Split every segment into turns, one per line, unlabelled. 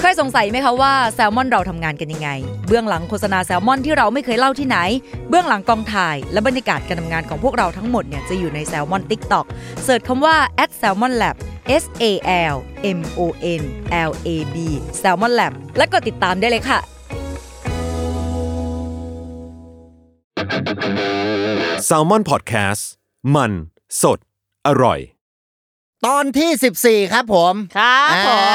เคยสงสัยไหมคะว่าแซลมอนเราทำงานกันยังไง เบื้องหลังโฆษณาแซลมอนที่เราไม่เคยเล่าที่ไหน เบื้องหลังกองถ่าย และบรรยากาศการทำงานของพวกเราทั้งหมดเนี่ยจะอยู่ในแซลมอนติ๊กต็อกเสิร์ชคำว่า at salmon lab S A L M O N L A B salmon lab และก็ติดตามได้เลยค่ะ
s a l m o n PODCAST มันสดอร่อย
ตอนที่ 14 ครับผม
ครับผม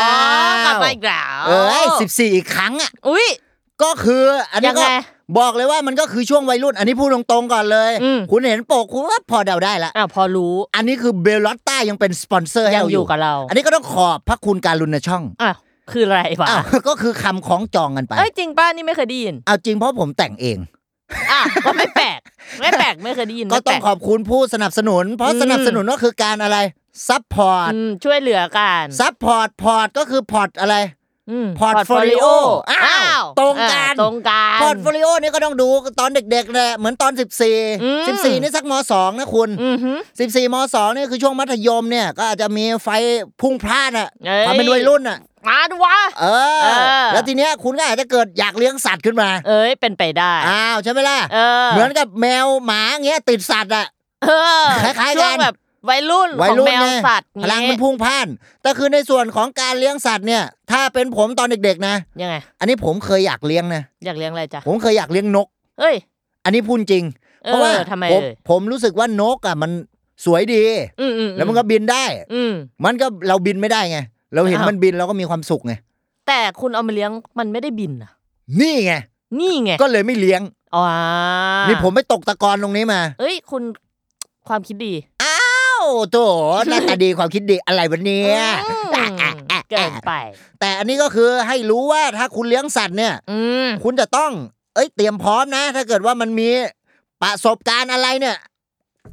ก
อ้าว
ลับมาอีกแล้ว
เอ้ย14 อีกครั้งอ่ะ
อุ้ย
ก็คืออันนี้
ยั
ก็
งไง
บอกเลยว่ามันก็คือช่วงวัยรุ่น อันนี้พูดตรงๆก่อนเลย
อืม
คุณเห็นปกคุณก็พอเดาได้ละ
อ่ะพอรู้
อันนี้คือเบลลอตต้ายังเป็นสปอนเซอร์ให้
ยัง
เรา
อ
อยู่ ยู่
กับเรา
อันนี้ก็ต้องขอบพระคุณการลุนช่อง
อ่ะคืออะไรวะ
อ้าวก็คือคำของจองกันไป
เอ้ยจริงป้านี่ไม่เคยได้ยิน
เอาจริงเพราะผมแต่งเอง
อ่ะก็ไม่แปล กไม่แปลกไม่เคยได้ยิน
ก็
ไม่
ต้
แป
อ
ล
งขอบคุณผู้สนับสนุน เพราะ
อืม
สนับสนุนก็คือการอะไรซัพพอร์ต
อืมช่วยเหลือกัน
ซัพพอร์ตพอร์ตก็คือพอร์ตอะไร
อืม
portfolio อ้าว
อ้าว
ตรงกัน
อ่ะตรงกัน
พอร์ตโฟลิโอนี่ก็ต้องดูตอนเด็กๆแหละเหมือนตอน
อืม
14 14 นี่สักม 2 นะคุณ
อือหือ
14ม 2 นี่คือช่วงมัธยมเนี่ย ก็อาจจะมีไฟพุ่งพลาดอ่ะ
เอ้ย
ทำเป็นวัยรุ่นอ่ะ
มาดูวะ
เออ
เออ
แล้วทีเนี้ยคุณก็อาจจะเกิดอยากเลี้ยงสัตว์ขึ้นมา
เอ้ยเป็นไปได้
อ้าวใช่ไหมล่ะ
เออ
เหมือนกับแมวหมาเงี้ยติดสัตว์อ่ะ
เออ
คล้ายๆกัน
ช่วงแบบวัยรุ่น
วัย
ของ
รุ่น
แมว
ไง
สัตว์
พลังมันพุ่งพล่าน แต่คือในส่วนของการเลี้ยงสัตว์เนี่ย ถ้าเป็นผมตอนเด็กๆนะ
ยังไง
อันนี้ผมเคยอยากเลี้ยงนะ
อยากเลี้ยงอะไรจ้ะ
ผมเคยอยากเลี้ยงนก
เอ้ย
อันนี้พูดจริง
ออ
เพราะว่า
ทำไม
ผม
เอ่ย
ผมรู้สึกว่านกอ่ะมันสวยดี
อืมอืม
แล้วมันก็บินได้
อืม
มันก็เราบินไม่ได้ไง เราเห็น
อ้าว
มันบินเราก็มีความสุขไง
แต่คุณเอามาเลี้ยงมันไม่ได้บินนะ
นี่ไง
นี่ไง
ก็เลยไม่เลี้ยง
อ๋อ
นี่ผมไปตกตะกอนตรงนี้มา
เอ้ยคุณความคิดดี
เอ้าโถหน้าตาดีความคิดดีอะไรวันนี้
อืมเกินไป
แต่อันนี้ก็คือให้รู้ว่าถ้าคุณเลี้ยงสัตว์เนี่ย
อืม
คุณจะต้อง เอ้ยเตรียมพร้อมนะ ถ้าเกิดว่ามันมีประสบการณ์อะไรเนี่ย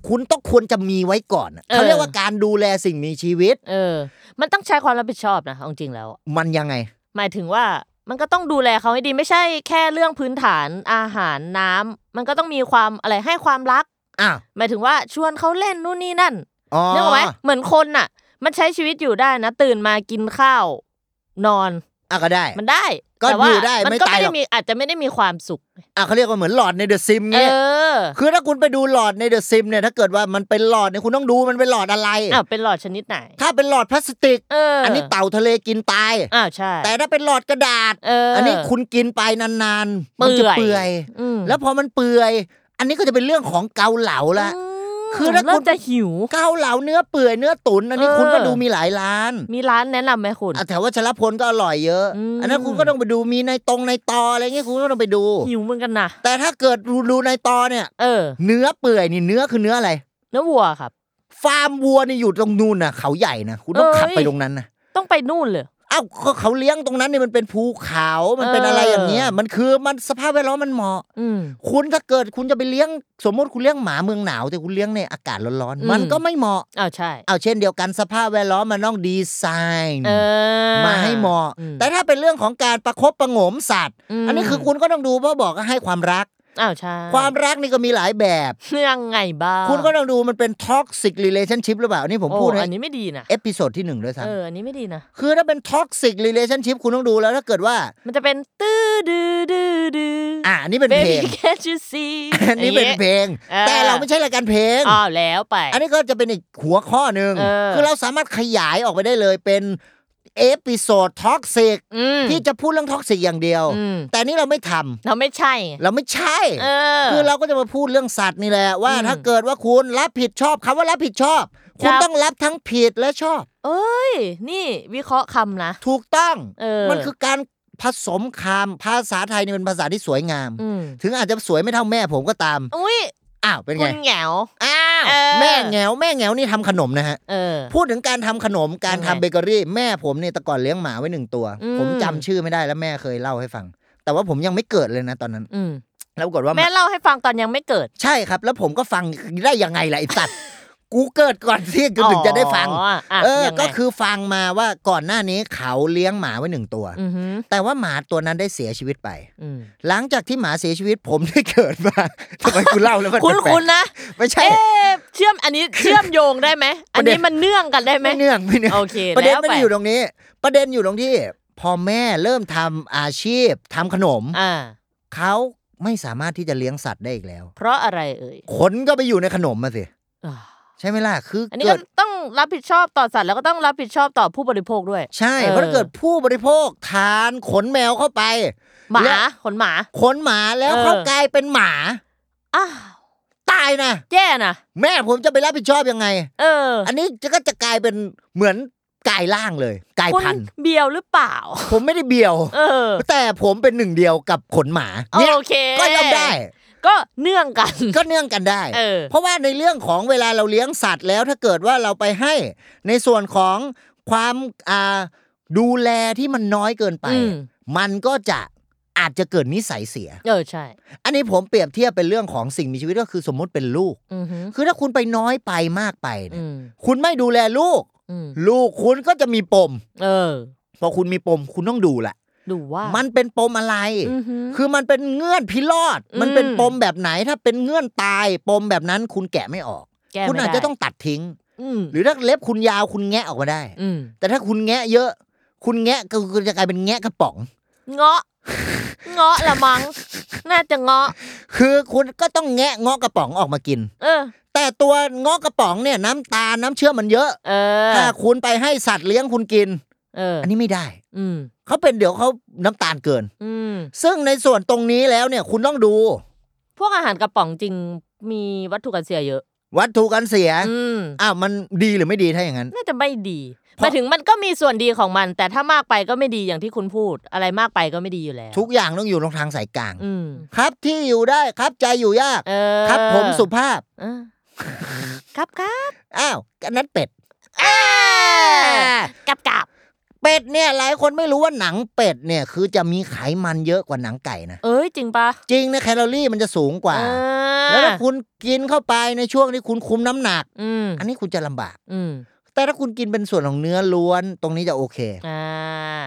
คุณต้องควรจะมีไว้ก่อนอะเขาเรียกว่าการดูแลสิ่งมีชีวิต
เออ มันต้องใช้ความรับผิดชอบนะเอาจริงแล้ว
มันยังไง
หมายถึงว่ามันก็ต้องดูแลเขาให้ดีไม่ใช่แค่เรื่องพื้นฐานอาหารน้ำมันก็ต้องมีความอะไรให้ความรัก
อ้าว
หมายถึงว่าชวนเขาเล่นนู่นนี่นั่น
อ๋อ
นึกออกไหมเหมือนคนน่ะ มันใช้ชีวิตอยู่ได้นะ ตื่นมากินข้าว นอน
อ่ะก็ได้
มันได้
ก็
แต่ว่า
อยู่ได้
มัน
ไม่
ก็
ตายห
ไม่
ร
ได้
อก
มีอาจจะไม่ได้มีความสุข
อ่ะเขาเรียกว่าเหมือนหลอดในเดอะซิม
เอ
เงี้ย
อ
คือถ้าคุณไปดูหลอดในเดอะซิมเนี่ยถ้าเกิดว่ามันเป็นหลอดเนี่ยคุณต้องดูมันเป็นหลอดอะไร
อ้าวเป็นหลอดชนิดไหน
ถ้าเป็นหลอดพลาสติก
เอออั
อันนี้เต่าทะเลกินตาย
อ้าวใช่
แต่ถ้าเป็นหลอดกระดาษ
เอออั
อันนี้คุณกินไปนานๆ มัน
เปื่อย
จะเปื่อย
อืม
แล้วพอมันเปื่อย อันนี้ก็จะเป็นเรื่องของเกาเหลาละ คือถ้า
เริ่
คุ
ม
ณ
จะหิว
เกาเหลาเนื้อเปื่อยเนื้อตุ๋นอันนี้
เออ
คุณก็ดูมีหลายร้าน
มีร้านแนะนำไหมคุณ
อ่ะแต่ว่าชลพลก็อร่อยเยอะ
อืม
อันนั้นคุณก็ต้องไปดูมีในตรงในตออะไรเงี้ยคุณก็ต้องไปดู
หิวเหมือนกันนะ
แต่ถ้าเกิดดูในตอเนี่ย
เออ
เนื้อเปื่อยนี่เนื้อคือเนื้ออะไร
เนื้อวัวครับ
ฟาร์มวัวนี่อยู่ตรงนู่นน่ะ เขาใหญ่นะคุณต้อง
เอ้ย
ขับไปตรงนั้นนะ
ต้องไปนู่นเลย
อ้าวก็เขาเลี้ยงตรงนั้นเนี่ยมันเป็นภูเขามันเป็น
เอออ
อะไรอย่างเงี้ย มันคือมันสภาพแวดล้อมมันเหมาะ
อืม
คุณถ้าเกิดคุณจะไปเลี้ยง สมมติคุณเลี้ยงหมาเมืองหนาวแต่คุณเลี้ยงในอากาศร้อน
อืม
ๆมันก็ไม่เหมาะ
อ้าวใช่
เอาเช่นเดียวกันสภาพแวดล้อมมันต้องดีไซน์
เออ
มาให้เหมาะ
อื
แต่ถ้าเป็นเรื่องของการประคบประหงมสัตว์ อันนี้คือคุณก็ต้องดูเพราะบอกว่าให้ความรัก
อ้าวใช่
ความรักนี่ก็มีหลายแบบ
ยังไงบ้าง
คุณก็ต้องดูมันเป็น toxic relationship หรือเปล่าอันนี่ผม
โอ้
พูด
อัน
ใน
นี้ไม่ดีนะ
เอพิโซดที่หนึ่งด้วยซ้
เอออันนี้ไม่ดีนะ
ำคือถ้าเป็น toxic relationship คุณต้องดูแล้วถ้าเกิดว่า
มันจะเป็นตื้อดื้อดื้อดื้ออ
อ่านี่เป็นเพล
baby
ง
can't you see
อันนี้เป็นเพลง
เออ
แต่เราไม่ใช่รายการเพลง
อ้าวแล้วไป
อันนี้ก็จะเป็นอีกหัวข้อหนึ่ง
เออ
คือเราสามารถขยายออกไปได้เลยเป็นเอพิโซด toxic
อืม
ที่จะพูดเรื่อง toxic อย่างเดียว
อืม
แต่นี่เราไม่ทำ
เราไม่ใช่ไง
เราไม่ใช่
เออ
คือเราก็จะมาพูดเรื่องสัตว์นี่แหละว่า
อืม
ถ้าเกิดว่าคุณรับผิดชอบคำว่ารับผิดชอบ คุณ
ครับ
ต้องรับทั้งผิดและชอบ
เอ้ยนี่วิเคราะห์คำนะ
ถูกต้อง
เออ
มันคือการผสมคำภาษาไทยนี่เป็นภาษาที่สวยงาม
อืม
ถึงอาจจะสวยไม่เท่าแม่ผมก็ตาม
อุ้ย
อ้าวเป็น
คุ
ไง
ณแหงว
อ้าว
เออ
แม่แงวแม่แงวนี่ทำขนมนะฮะ
เออ
พูดถึงการทำขนมการ
ยังไง
ทำเบเกอรี่ แม่ผมเนี่ยแต่ก่อนเลี้ยงหมาไว้หนึ่งตัว
อืม
ผมจำชื่อไม่ได้แล้วแม่เคยเล่าให้ฟัง แต่ว่าผมยังไม่เกิดเลยนะตอนนั้น
อืม
แล้วปรากฏว่าห
แม่
มา
เล่าให้ฟังตอนยังไม่เกิด
ใช่ครับ แล้วผมก็ฟังได้ยังไงล่ะไอ้สัตว์ กูเกิดก่อนที่กูถึงจะได้ฟัง
อ๋ออ่ะ
เออ
ยังไง
ก็คือฟังมาว่าก่อนหน้านี้เขาเลี้ยงหมาไว้หนึ่งตัว
อหือ
แต่ว่าหมาตัวนั้นได้เสียชีวิตไป
อืม
หลังจากที่หมาเสียชีวิตผมได้เกิดมา ทำไมคุณเล่าแล้วมัน
คุณ
แปลก
คุณนะ
ๆไม่ใช่
เอ๊ะเชื่อมอันนี้เชื่อมโยงได้ไหม อัน
ประ
นี้
เด็น
มันเนื่องกันได้ไหม
ไม่เนื่องไม่เนื่อง
โอเค
ประเด็น
แล้ว
ไม่
ไป
ได้อยู่ตรงนี้ ประเด็นอยู่ตรงที่ พอแม่เริ่มทำอาชีพทำขนม
อ่า
เขาไม่สามารถที่จะเลี้ยงสัตว์ได้อีกแล้ว
เพราะอะไรเอ่ย
ขนก็ไปอยู่ในขนมมาสิ
อ่า
ใช่ไหมล่ะ คือ
อันนี้
เกิ
ก็
ด
ต้องรับผิดชอบต่อสัตว์แล้วก็ต้องรับผิดชอบต่อผู้บริโภคด้วย
ใช่
เออ
เพราะถ้าเกิดผู้บริโภคทานขนแมวเข้าไป
หมา
และ
ขนหมา
ขนหมาแล้ว
เออ
เขากลายเป็นหมา
อ้าว
ตายนะ
แย่นะ
แม่ผมจะไปรับผิดชอบยังไง
เออ
อันนี้จะก็จะกลายเป็นเหมือนกายร่างเลยกาย
คุณ
พันธุ์
เบียวหรือเปล่า
ผมไม่ได้เบี่ยว
เออ
แต่ผมเป็นหนึ่งเดียวกับขนหมาเนี่ย
โอเค
ก็ยอมได้
ก็เนื่องกัน
ก็เนื่องกันได้
เออ
เพราะว่าในเรื่องของเวลาเราเลี้ยงสัตว์แล้วถ้าเกิดว่าเราไปให้ ในส่วนของความอ่าดูแลที่มันน้อยเกินไป
อืม
มันก็จะอาจจะเกิดนิสัยเสีย
เออใช่
อันนี้ผมเปรียบเทียบเป็นเรื่องของสิ่งมีชีวิตก็คือสมมติเป็นลูก
อือหือ
คือถ้าคุณไปน้อยไปมากไปเนี่
อื
ย
ม
คุณไม่ดูแลลูก
อืม
ลูกคุณก็จะมีปม
เออ
พอคุณมีปมคุณต้องดูแหละ
ดูว่า
มันเป็นปมอะไร
อือหือ
คือมันเป็นเงื่อนพิรอด
อืม
มันเป็นปมแบบไหน ถ้าเป็นเงื่อนตาย ปมแบบนั้นคุณแกะไม่ออก
แก้ไม่
คุณอาจ
ได้
จะต้องตัดทิ้ง
อืม
หรือถ้าเล็บคุณยาวคุณแงะออกมาได้
อืม
แต่ถ้าคุณแงะเยอะ คุณแงะก็คือจะกลายเป็นแงะกระป๋อง
เงาะ เงาะละมั้งน่าจะเงาะ
คือคุณก็ต้องแงะเงาะกระป๋องออกมากิน
เออ
แต่ตัวเงาะกระป๋องเนี่ยน้ำตาลน้ำเชื่อมมันเยอะ
เออ
ถ้าคุณไปให้สัตว์เลี้ยงคุณกิน
เออ
อั
อั
นนี้ไม่ได้
อืม
เขาเป็นเดี๋ยวเขาน้ำตาลเกิน
อืม
ซึ่งในส่วนตรงนี้แล้วเนี่ยคุณต้องดู
พวกอาหารกระป๋องจริงมีวัตถุกันเสียเยอะ
วัตถุกันเสีย
อืม
อ้าวมันดีหรือไม่ดีถ้าอย่างนั้น
น่าจะไม่ดี
เพ
หมา
ราะ
ยถึงมันก็มีส่วนดีของมัน แต่ถ้ามากไปก็ไม่ดีอย่างที่คุณพูด อะไรมากไปก็ไม่ดีอยู่แล้ว
ทุกอย่างต้องอยู่ตรงทางสายกลาง
อืม
ครับที่อยู่ได้ครับใจอยู่ยาก
เออ
ครับผมสุภาพ
เออครับครับ
อ้าวอันนั้นเป็ด
กับกับ
เป็ดเนี่ยหลายคนไม่รู้ว่าหนังเป็ดเนี่ยคือจะมีไขมันเยอะกว่าหนังไก่นะ
เอ้ยจริงปะ
จริงนะแคลอรี่มันจะสูงกว่า
เออ
แล้วถ้าคุณกินเข้าไปในช่วงที่คุณคุมน้ำหนัก
อืม
อันนี้คุณจะลำบาก
อืม
แต่ถ้าคุณกินเป็นส่วนของเนื้อล้วนตรงนี้จะโอเค
อ่า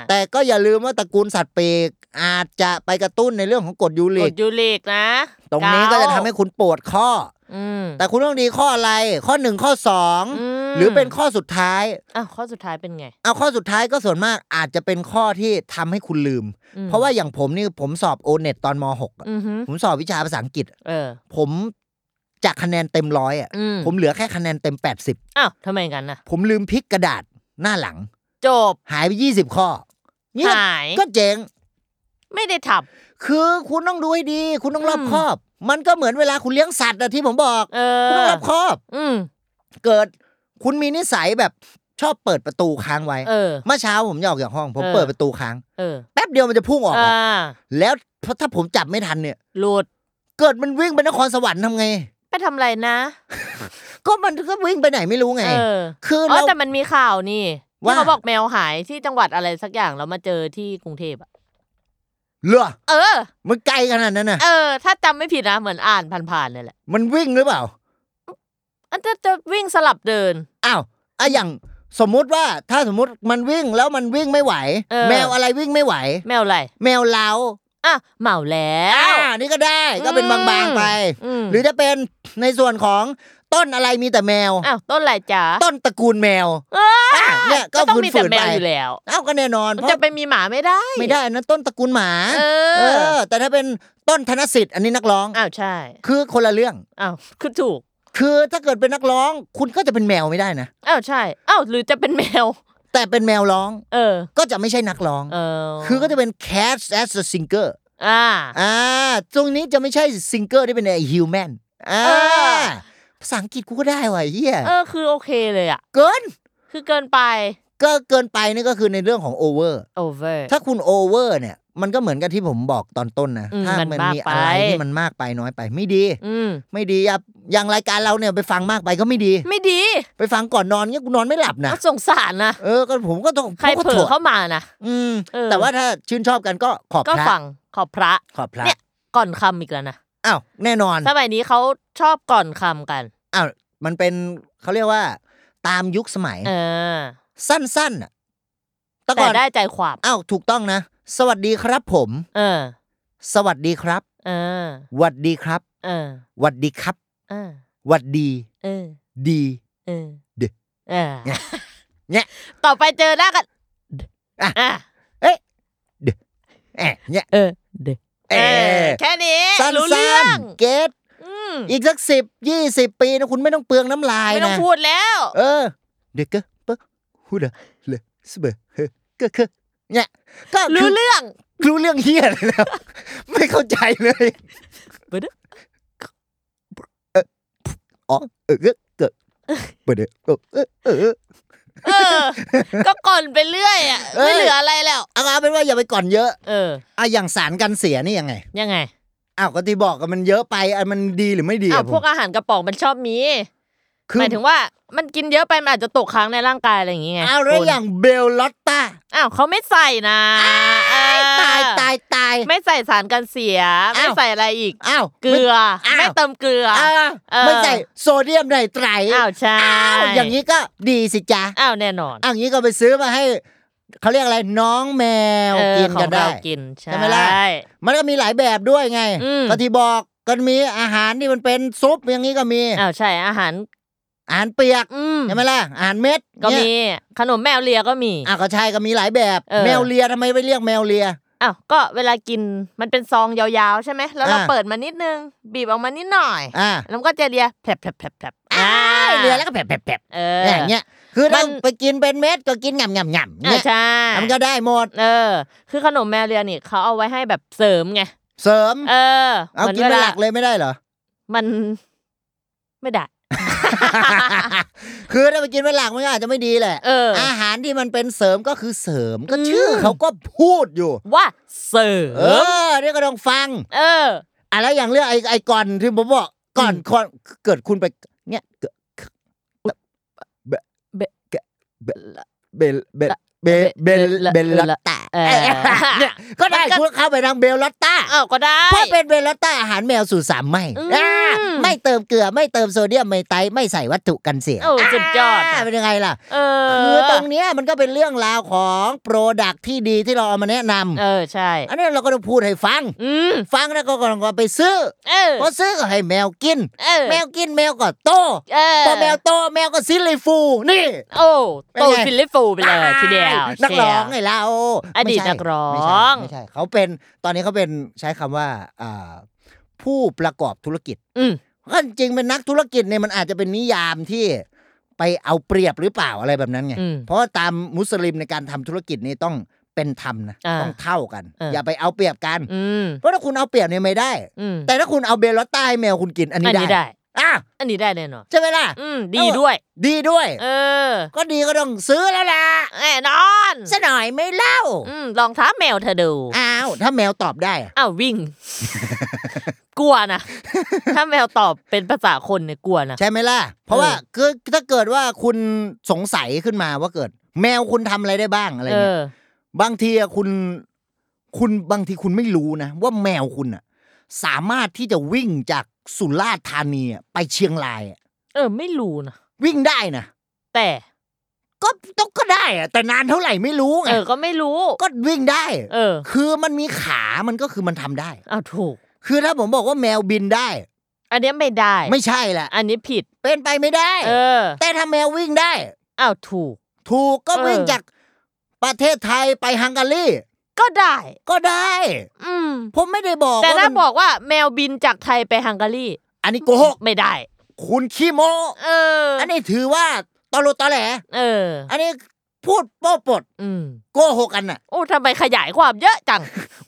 แต่ก็อย่าลืมว่าตระกูลสัตว์ปีกอาจจะไปกระตุ้นในเรื่องของกรดยู
ก
ริ
ด
ก
ยูริกนะ
ตรงนี้ก็จะทำให้คุณปวดข้อ
อืม
แต่คุณต้องดีข้ออะไร ข้อหนึ่งข้อสอง
ม
หรือเป็นข้อสุดท้าย
อ้าวข้อสุดท้ายเป็นไง
เอาข้อสุดท้ายก็ส่วนมากอาจจะเป็นข้อที่ทำให้คุณลืม
อืม
เพราะว่าอย่างผมนี่ผมสอบโอเน็ตตอนม .6
อือหือ
ผมสอบวิชาภาษาอังกฤษ
เออ
ผมจากคะแนนเต็มร้อยอ่ะ
อืม
ผมเหลือแค่คะแนนเต็ม
อ้าวทำไมกันน่ะ
80 ผมลืมพลิกกระดาษหน้าหลัง
จบ
หายไป 20 ข้อเงี้ย
หาย
ก็เจ๋ง
ไม่ได้ท
คือคุณต้องดูให้ดี คุณต้องรอบ
อืม
คอบ มันก็เหมือนเวลาคุณเลี้ยงสัตว์อะที่ผมบอก
ำเอ
คุณต้อ
อง
รอบคอบ
อืม
เกิดคุณมีนิสัยแบบชอบเปิดประตูค้างไว้
เออ
เมื่อเช้าผมจะออกจากห้อง ผม
เออ
เปิดประตูค้าง
เออ
แป๊บเดียวมันจะพุ่งออก
อ่า
อะแล้วถ้าผมจับไม่ทันเนี่ย
หลุด
เกิดมันวิ่งไปนครสวรรค์ทำไง
ไปทำอะไรนะ
ก็มันก็วิ่งไปไหนไม่รู้ไง
เออ
คือ
อ๋อ
เรา
แต่มันมีข่าวนี่ที่
ว่า
เขาบอกแมวหายที่จังหวัดอะไรสักอย่างแล้วมาเจอที่กรุงเทพอะ
เหลือ
เออ
มันไกลขนาดนั้นน่ะ
เออ ถ้าจำไม่ผิดนะเหมือนอ่านผ่านๆเนี่ยแหละ
มันวิ่งหรือเปล่า
อันจะจะวิ่งสลับเดิน
อ้าวอะอย่างสมมุติว่าถ้าสมมุติมันวิ่งแล้วมันวิ่งไม่ไหว
เออ
แมวอะไรวิ่งไม่ไหว
แมวอะไร
แมวเล้า
อ่ะเหมาแล้ว
อ่านี่ก็ได้ก็เป็น
อืม
บางๆไป
อืม
หรือจะเป็นในส่วนของต้นอะไรมีแต่แมว
อ้าวต้นอะไรจ๊ะ
ต้นตระกูลแมว
อ้า
อ่ะเนี่ยก็
ต้อง
ฝืน
มี
ฝื
แต่
น
แม
ไป
วอยู่แล้ว
เอ้าก็แน่นอนเพราะ
จะไปมีหมาไม่ได้
ไม่ได้นะต้นตระกูลหมา
เอ
เอ
อ
อ แต่ถ้าเป็นต้นธนสิทธิ์อันนี้นักร้อง
อ้าวใช่
คือคนละเรื่อง
อ้าวคือถูก
คือถ้าเกิดเป็นนักร้อง คุณก็จะเป็นแมวไม่ได้นะ
อ้าวใช่อ้าวหรือจะเป็นแมว
แต่เป็นแมวร้อง
เออ
ก็จะไม่ใช่นักร้อง
เออ
คือก็จะเป็น cat as a singer
อ่า
อ่า ตรงนี้จะไม่ใช่ singer ที่เป็นไอ้ human อ่า
เออ
ภาษาอังกฤษกูก็ได้ว่ะไอ้เฮีย
เออคือโอเคเลยอ่ะ
เกิน
คือเกินไป
ก็เกินไปนี่ก็คือในเรื่องของ over
over
ถ้าคุณ over เนี่ย มันก็เหมือนกับที่ผมบอกตอนต้นนะ
อืม
ถ้า
มั
มัน น
มาก
มีอะไร
ไป
ที่มันมากไปน้อยไป ไม่ดี
อืม
ไม่ดีอย่าอย่างรายการเราเนี่ยไปฟังมากไปก็ไม่ดี
ไม่ดี
ไปฟังก่อนนอนเนี่ยกูนอนไม่หลับ นะ
ก็สงสารนะ
เออ ก็ผมก็ต้อง
ใคร
ก็
เผล
ถั่
อ
ว
เข้ามานะ
อืม
เออ
แต่ว่าถ้าชื่นชอบกันก็ขอบ
ก็
พระ
ฟังขอบพระ
ขอบพระ
เนี่ย ก่อนคำอีกแล้วนะ
อ้าวแน่นอน
สมัยนี้เขาชอบก่อนคำกัน
อ้าวมันเป็นเขาเรียกว่า ตามยุคสมัย
เออ
สั้นๆน่ะแต่
แต่
ก่อน
ได้ใจความ
อ้าวถูกต้องนะ สวัสดีครับผม
เออ
สวัสดีครับ
เออ
หวัดดีครับ
เออ
หวัดดีครับ
เออ
หวัดดี
เออ
ดี
เออ
เดะ
เออ
เนี่ยเนี่ย
ต่อไปเจอหน้ากัน
อ่ะ
อ่ะ
เอ๊ะ เนี่ย
เออเด
เออ
แค่นี้
สั้
รู้เรื่อน ง
ๆเกต
อืม
อีกสักสิบยี่สิบปีนะคุณไม่ต้องเปลืองน้ำลาย
ไม่ต้อง
นะ
พูดแล้ว
เออ เด็กก็ปะฮูดะเลสเบเฮก็คือเนี่ยก็คื
รู้
อ
เรื่อง
รู้เรื่องเฮียเลยแล้ว ไม่เข้าใจเลย
เบิดเด้อ
เอออ๋อเออเออเกิดเปิดเด้อเออเออเออ
เอ อ ก็ก่อนไปเรื่อยอ่ะ
เอ้ย
ไม่เหลืออะไรแล้ว
เอาเอาเป็นว่าอย่าไปก่อนเยอะ
เออ
อ่ะอย่างสารกันเสียนี่ยังไง
ยังไง
อ้าวก็ที่บอกกันมันเยอะไปอันมันดีหรือไม่ดี
อ้าว
อะ
พวกอาหารกระป๋องมันชอบมี
คือ
หมายถึงว่ามันกินเยอะไปมันอาจจะตกค้างในร่างกายอะไรอย่างเงี้ย
เอาแล้วอย่างเบลลอตตา
อ้าวเขาไม่ใส่นะเออ
ตายตายตาย
ไม่ใส่สารกันเสีย
อ้าว
ไม่ใส่อะไรอีก
อ้าว
เกลือ
อ้าว
ไม่เติมเกลือ
อ่า
เออ
ไม่ใส่โซเดียมไนไตร
อ้าวใช่
อ้าวอย่างนี้ก็ดีสิจ๊ะ
อ้าวแน่นอน
อ้าวอย่างนี้ก็ไปซื้อมาให้เขาเรียกอะไรน้องแมว
เออ
กิน
ขอ
กัน
งเรา
ได้
กินใช่
ใช่ไหมล่ะ มันก็มีหลายแบบด้วยไง
อืม
ก็ที่บอกก็มีอาหารที่มันเป็นซุปอย่างนี้ก็มี
อ้าวใช่อาหาร
อาหารเปียก
อืม
ใช่ไหมล่ะอาหารเม็ด
ก็
เนี่
มี
ย
ขนมแมวเลียก็มี
อ่ะก็ใช่ก็มีหลายแบบ
เออ
แมวเลียทำไมไปเรียกแมวเลีย
อ้าวก็เวลากินมันเป็นซองยาวๆ ใช่ไหมแล้วเรา
อ่า
เปิดมานิดนึง บีบออกมานิดหน่อย
อ่า
แล้วมันก็จะเลียแผลบแผลบแผลบแผลบ
อ้าวเลียแล้วก็แผลบแผลบ
เอ
ๆ
อ
อย่างเงี้ยคือ
มั
เรา
น
ไปกินเป็นเม็ดก็กินหยำหยำหยำ
อ่า
เนี่ย
ใช่
อ่ะมันก็ได้หมด
เออ คือขนมแมวเลียนี่เขาเอาไว้ให้แบบเสริมไง
เสริม
เออ
เอา
หมื
กินเป็นหลักเลยไม่ได้เหรอ
มันไม่ได้
คือถ้าไปกินเป็นหลักมันก็อาจจะไม่ดีแหละ
เออ
อาหารที่มันเป็นเสริมก็คือเสริมก็
อืม
ชื่อเขาก็พูดอยู่
ว่าเสริ
เอ
ม
อเนี่ยก็ต้องฟัง
เออ
อ่ะแล้วอย่างเรื่องไอ้ไอ้ก่อนที่ผมบอกก่อนก่อนเกิดคุณไปเนี่ยเกิดเบเบเบเบเบเบเบเบลลอตตา
เออ
เนี่ยก็ได้คุณเข้าไปทางเบลลอตตา
อ้าวก็ได้
เพราะเป็นเวลาต้าอาหารแมวสูตรสามไม่
อืม
อ่าไม่เติมเกลือไม่เติมโซเดียมไม่ไตรไม่ใส่วัตถุกันเสีย
โอ้สุดยอด
าเป็นยังไงล่ะ
เออ
คือตรงเนี้ยมันก็เป็นเรื่องราวของโปรดักที่ดีที่เราเอามาแนะนำ
เออใช่
อันนี้เราก็ต้องพูดให้ฟัง
อืม
ฟังแล้วก็กำลังไปซื้อ
เออ
พอซื้อก็ให้แมวกิน
เออ
แมวกินแมวก็โต
เออ
พอแมวโตแมวก็ซิลลิฟูนี่
โอ้
เป็น
โต
ไง
ฟิลลิปฟูไปเลยทีเดียว
นักร้อง
เชีย
ไงเรา
อดีต
ไม่ใช่
นักร้อง
ไม่ใช่ไม่ใช่เขาเป็นตอนนี้เขาเป็นใช้คำว่าอ่าผู้ประกอบธุรกิจ
อืม
ก็จริงๆเป็นนักธุรกิจเนี่ยมันอาจจะเป็นนิยามที่ไปเอาเปรียบหรือเปล่าอะไรแบบนั้นไง
อืม
เพราะว่าตามมุสลิมในการทำธุรกิจนี่ต้องเป็นธรรมนะ
อ่า
ต้องเท่ากัน
เออ
อ
อ
ย่าไปเอาเปรียบกัน
อืม
เพราะถ้าคุณเอาเปรียบเนี่ยไม่ได้
อืม
แต่ถ้าคุณเอาเบลลอตต้าให้แมวคุณกินอัน
อั
นี้
นนี้
ได้
ได้
อ่ะ
อันนี้ได้แน่นอน
ใช่ไหมล่ะ
อืมดี
เออ
ด้วย
ดีด้วย
เออ
ก็ดีก็ต้องซื้อแล้วล่ะ
แน่นอน
สะหน่อยไม่เล่า
อืมลองท้าแมวเธอดู
อ้าวถ้าแมวตอบได้อะ
อ้าววิ่ง กลัวนะ ถ้าแมวตอบเป็นภาษาคนเนี่ยกลัวนะ
ใช่ไหมล่ะ เพราะ
เออ
ว่าคือถ้าเกิดว่าคุณสงสัยขึ้นมาว่าเกิด แมวคุณทำอะไรได้บ้างอะไร
เอ
เงี้ย
อบ
างทีอะคุณคุณบางทีคุณไม่รู้นะ ว่าแมวคุณอะสามารถที่จะวิ่งจากสุราษฎร์ธานีอะไปเชียงรายอะ
เออ ไม่รู้นะ
วิ่งได้นะ
แต่
ก็ต้องก็ได้อะแต่นานเท่าไหร่ไม่รู้ไง
เออก็ไม่รู้
ก็วิ่งได้
เออ
คือมันมีขามันก็คือมันทำได้
อ้าวถูก
คือถ้าผมบอกว่าแมวบินได้
อันเนี้ยไม่ได้
ไม่ใช่แหละ
อันนี้ผิด
เป็นไปไม่ได้
เออ
แต่ถ้าแมววิ่งได้
อ้าวถูก
ถูกก็
เออ
วิ่งจากประเทศไทยไปฮังการี
ก็ได้
ก็ได้
อืม
ผมไม่ได้บอก
แต่
ว่
ถ้า
มัน
บอกว่าแมวบินจากไทยไปฮังการี
อันนี้โกหก
ไม่ได้
คุณขี้โม
เออ
อั
อั
นนี้ถือว่าตอโลตอแหล
เออ
อันนี้พูดโป้ปด
อืม
โกหกกันน่ะ
โอ้ทำไมขยายความเยอะจัง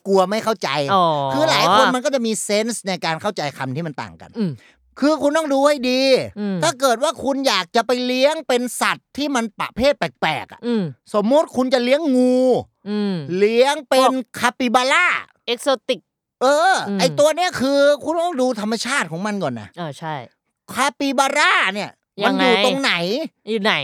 กลัวไม่เข้าใจ
อ๋อ
คือหลายคนมันก็จะมีเซนส์ในการเข้าใจคำที่มันต่างกัน
อืม
คือคุณต้องดูให้ดี
อืม
ถ้าเกิดว่าคุณอยากจะไปเลี้ยงเป็นสัตว์ที่มันประเภทแปลกๆอะ
อืม
สมมติคุณจะเลี้ยงงู
อืม
เลี้ยงเป็น
พวก
คาปิบาร่า
เอกโซติก
เอออ
ม
ไอตัวเนี้ยคือ คุณต้องดูธรรมชาติของมันก่อนนะ
อ่าใช่
คาปิบาร่าเนี่ย มันอยู่
ยังไง
ตรงไหน
อยู่ไหน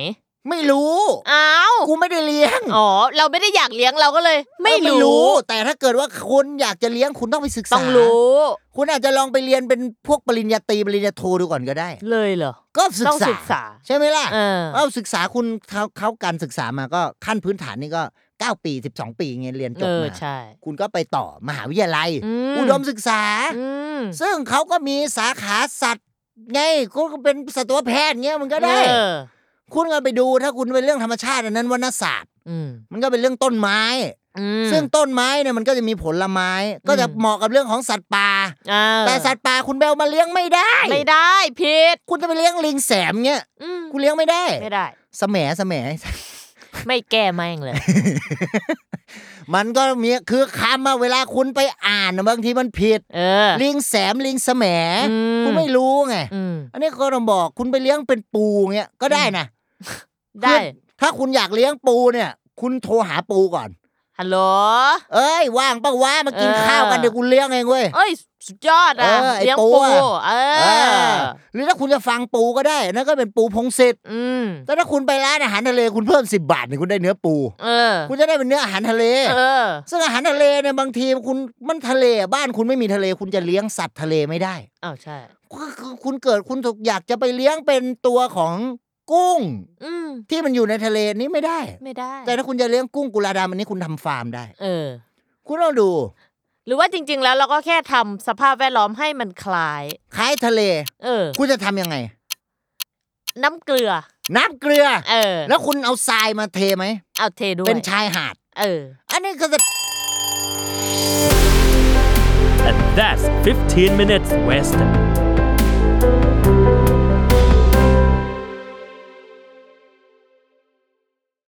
ไม่รู้
อ้าว
กูไม่ได้เลี้ยง
อ๋อ เราไม่ได้อยากเลี้ยงเราก็เลย ไม่
เออ
รู้
แต่ถ้าเกิดว่าคุณอยากจะเลี้ยงคุณต้องไปศึกษา
ต้องรู้
คุณอาจจะลองไปเรียนเป็นพวกปริญญาตรีปริญญาโทดูก่อนก็ได้
เลยเหรอ
ก็ศึ
ต้องศึกษา
ใช่ไหมล่ะ
เออ
เอาศึกษาคุณเขาเขาการศึกษามาก็ขั้นพื้นฐานนี่ก็ 9 ปี 12 ปีเงี้ยเรียนจ
เอบ อ
มา
ใช่
คุณก็ไปต่อมหาวิทยาลัย
อืม
ดมศึกษา
อืม
ซึ่งเขาก็มีสาขาสัตว์ไงก็เป็นสัตวแพทย์เงี้ยมันก็ได้
เออ
คุณก็ไปดูถ้าคุณเป็นเรื่องธรรมชาติอันนั้นวรรณศาสตร์
อืม
มันก็เป็นเรื่องต้นไม้
อืม
ซึ่งต้นไม้เนี่ยมันก็จะมีผลไม้ ก็จะเหมาะกับเรื่องของสัตว์ป่า
เออ
แต่สัตว์ป่าคุณเบลมาเลี้ยงไม่ได้
ไม่ได้ผิด
คุณจะไปเลี้ยงลิงแสมเงี้ย
อืม
คุณเลี้ยงไม่ได้
ไม่ได้
สมแสม แส
ไม่แก้แม่งเลย
มันก็มีคือคำอะเวลาคุณไปอ่านอะบางทีมันผิด
เออ
ลิงแสมลิงแสม
อืม
คุณไม่รู้ไง
อืม
อันนี้ก็ต้องบอกคุณไปเลี้ยงเป็นปูเงี้ยก็ได้นะ
ได้
คือถ้าคุณอยากเลี้ยงปูเนี่ย คุณโทรหาปูก่อน
ฮัลโหล
เอ้ย ว่างปะวะมากิน
เออ
ข้าวกันเดี๋ยวกูเลี้ยงเองเว้ย
เอ้ย สุดยอดอ่ะ
เออไอ้
เลี้ยง
ปู
ปู
อะ
เอ
เอ
อ
อหรือถ้าคุณจะฟังปูก็ได้นั่นก็เป็นปูพงศิษฐ์
อืม
แต่ถ้าคุณไปร้านอาหารทะเลคุณเพิ่มสิบาทเนี่ยคุณได้เนื้อปู
เออ
คุณจะได้เป็นเนื้ออาหารทะเล
เออ
ซึ่งอาหารทะเลเนี่ยบางทีคุณมันทะเลบ้านคุณไม่มีทะเลคุณจะเลี้ยงสัตว์ทะเลไม่ได้
อ้าวใช่
ก็คือคุณเกิดคุณถูกอยากจะไปเลี้ยงเป็นตัวของกุ้ง
อืม
ที่มันอยู่ในทะเลนี้ไม่ได้
ไม่ได้
แต่ถ้าคุณจะเลี้ยงกุ้งกุลาดามันนี่คุณทำฟาร์มได้
เออ
คุณต้องดู
หรือว่าจริง ๆ แล้วเราก็แค่ทำสภาพแวดล้อมให้มันคล้าย
คล้ายทะเล
เออ
คุณจะทำยังไง
น้ำเกลือ
น้ำเกลือ
เออ
แล้วคุณเอาทรายมาเทไหม
เอาเทด้วย
เป็นชายหาด
เออ
อันนี้ก็จะ
And that's 15 minutes west.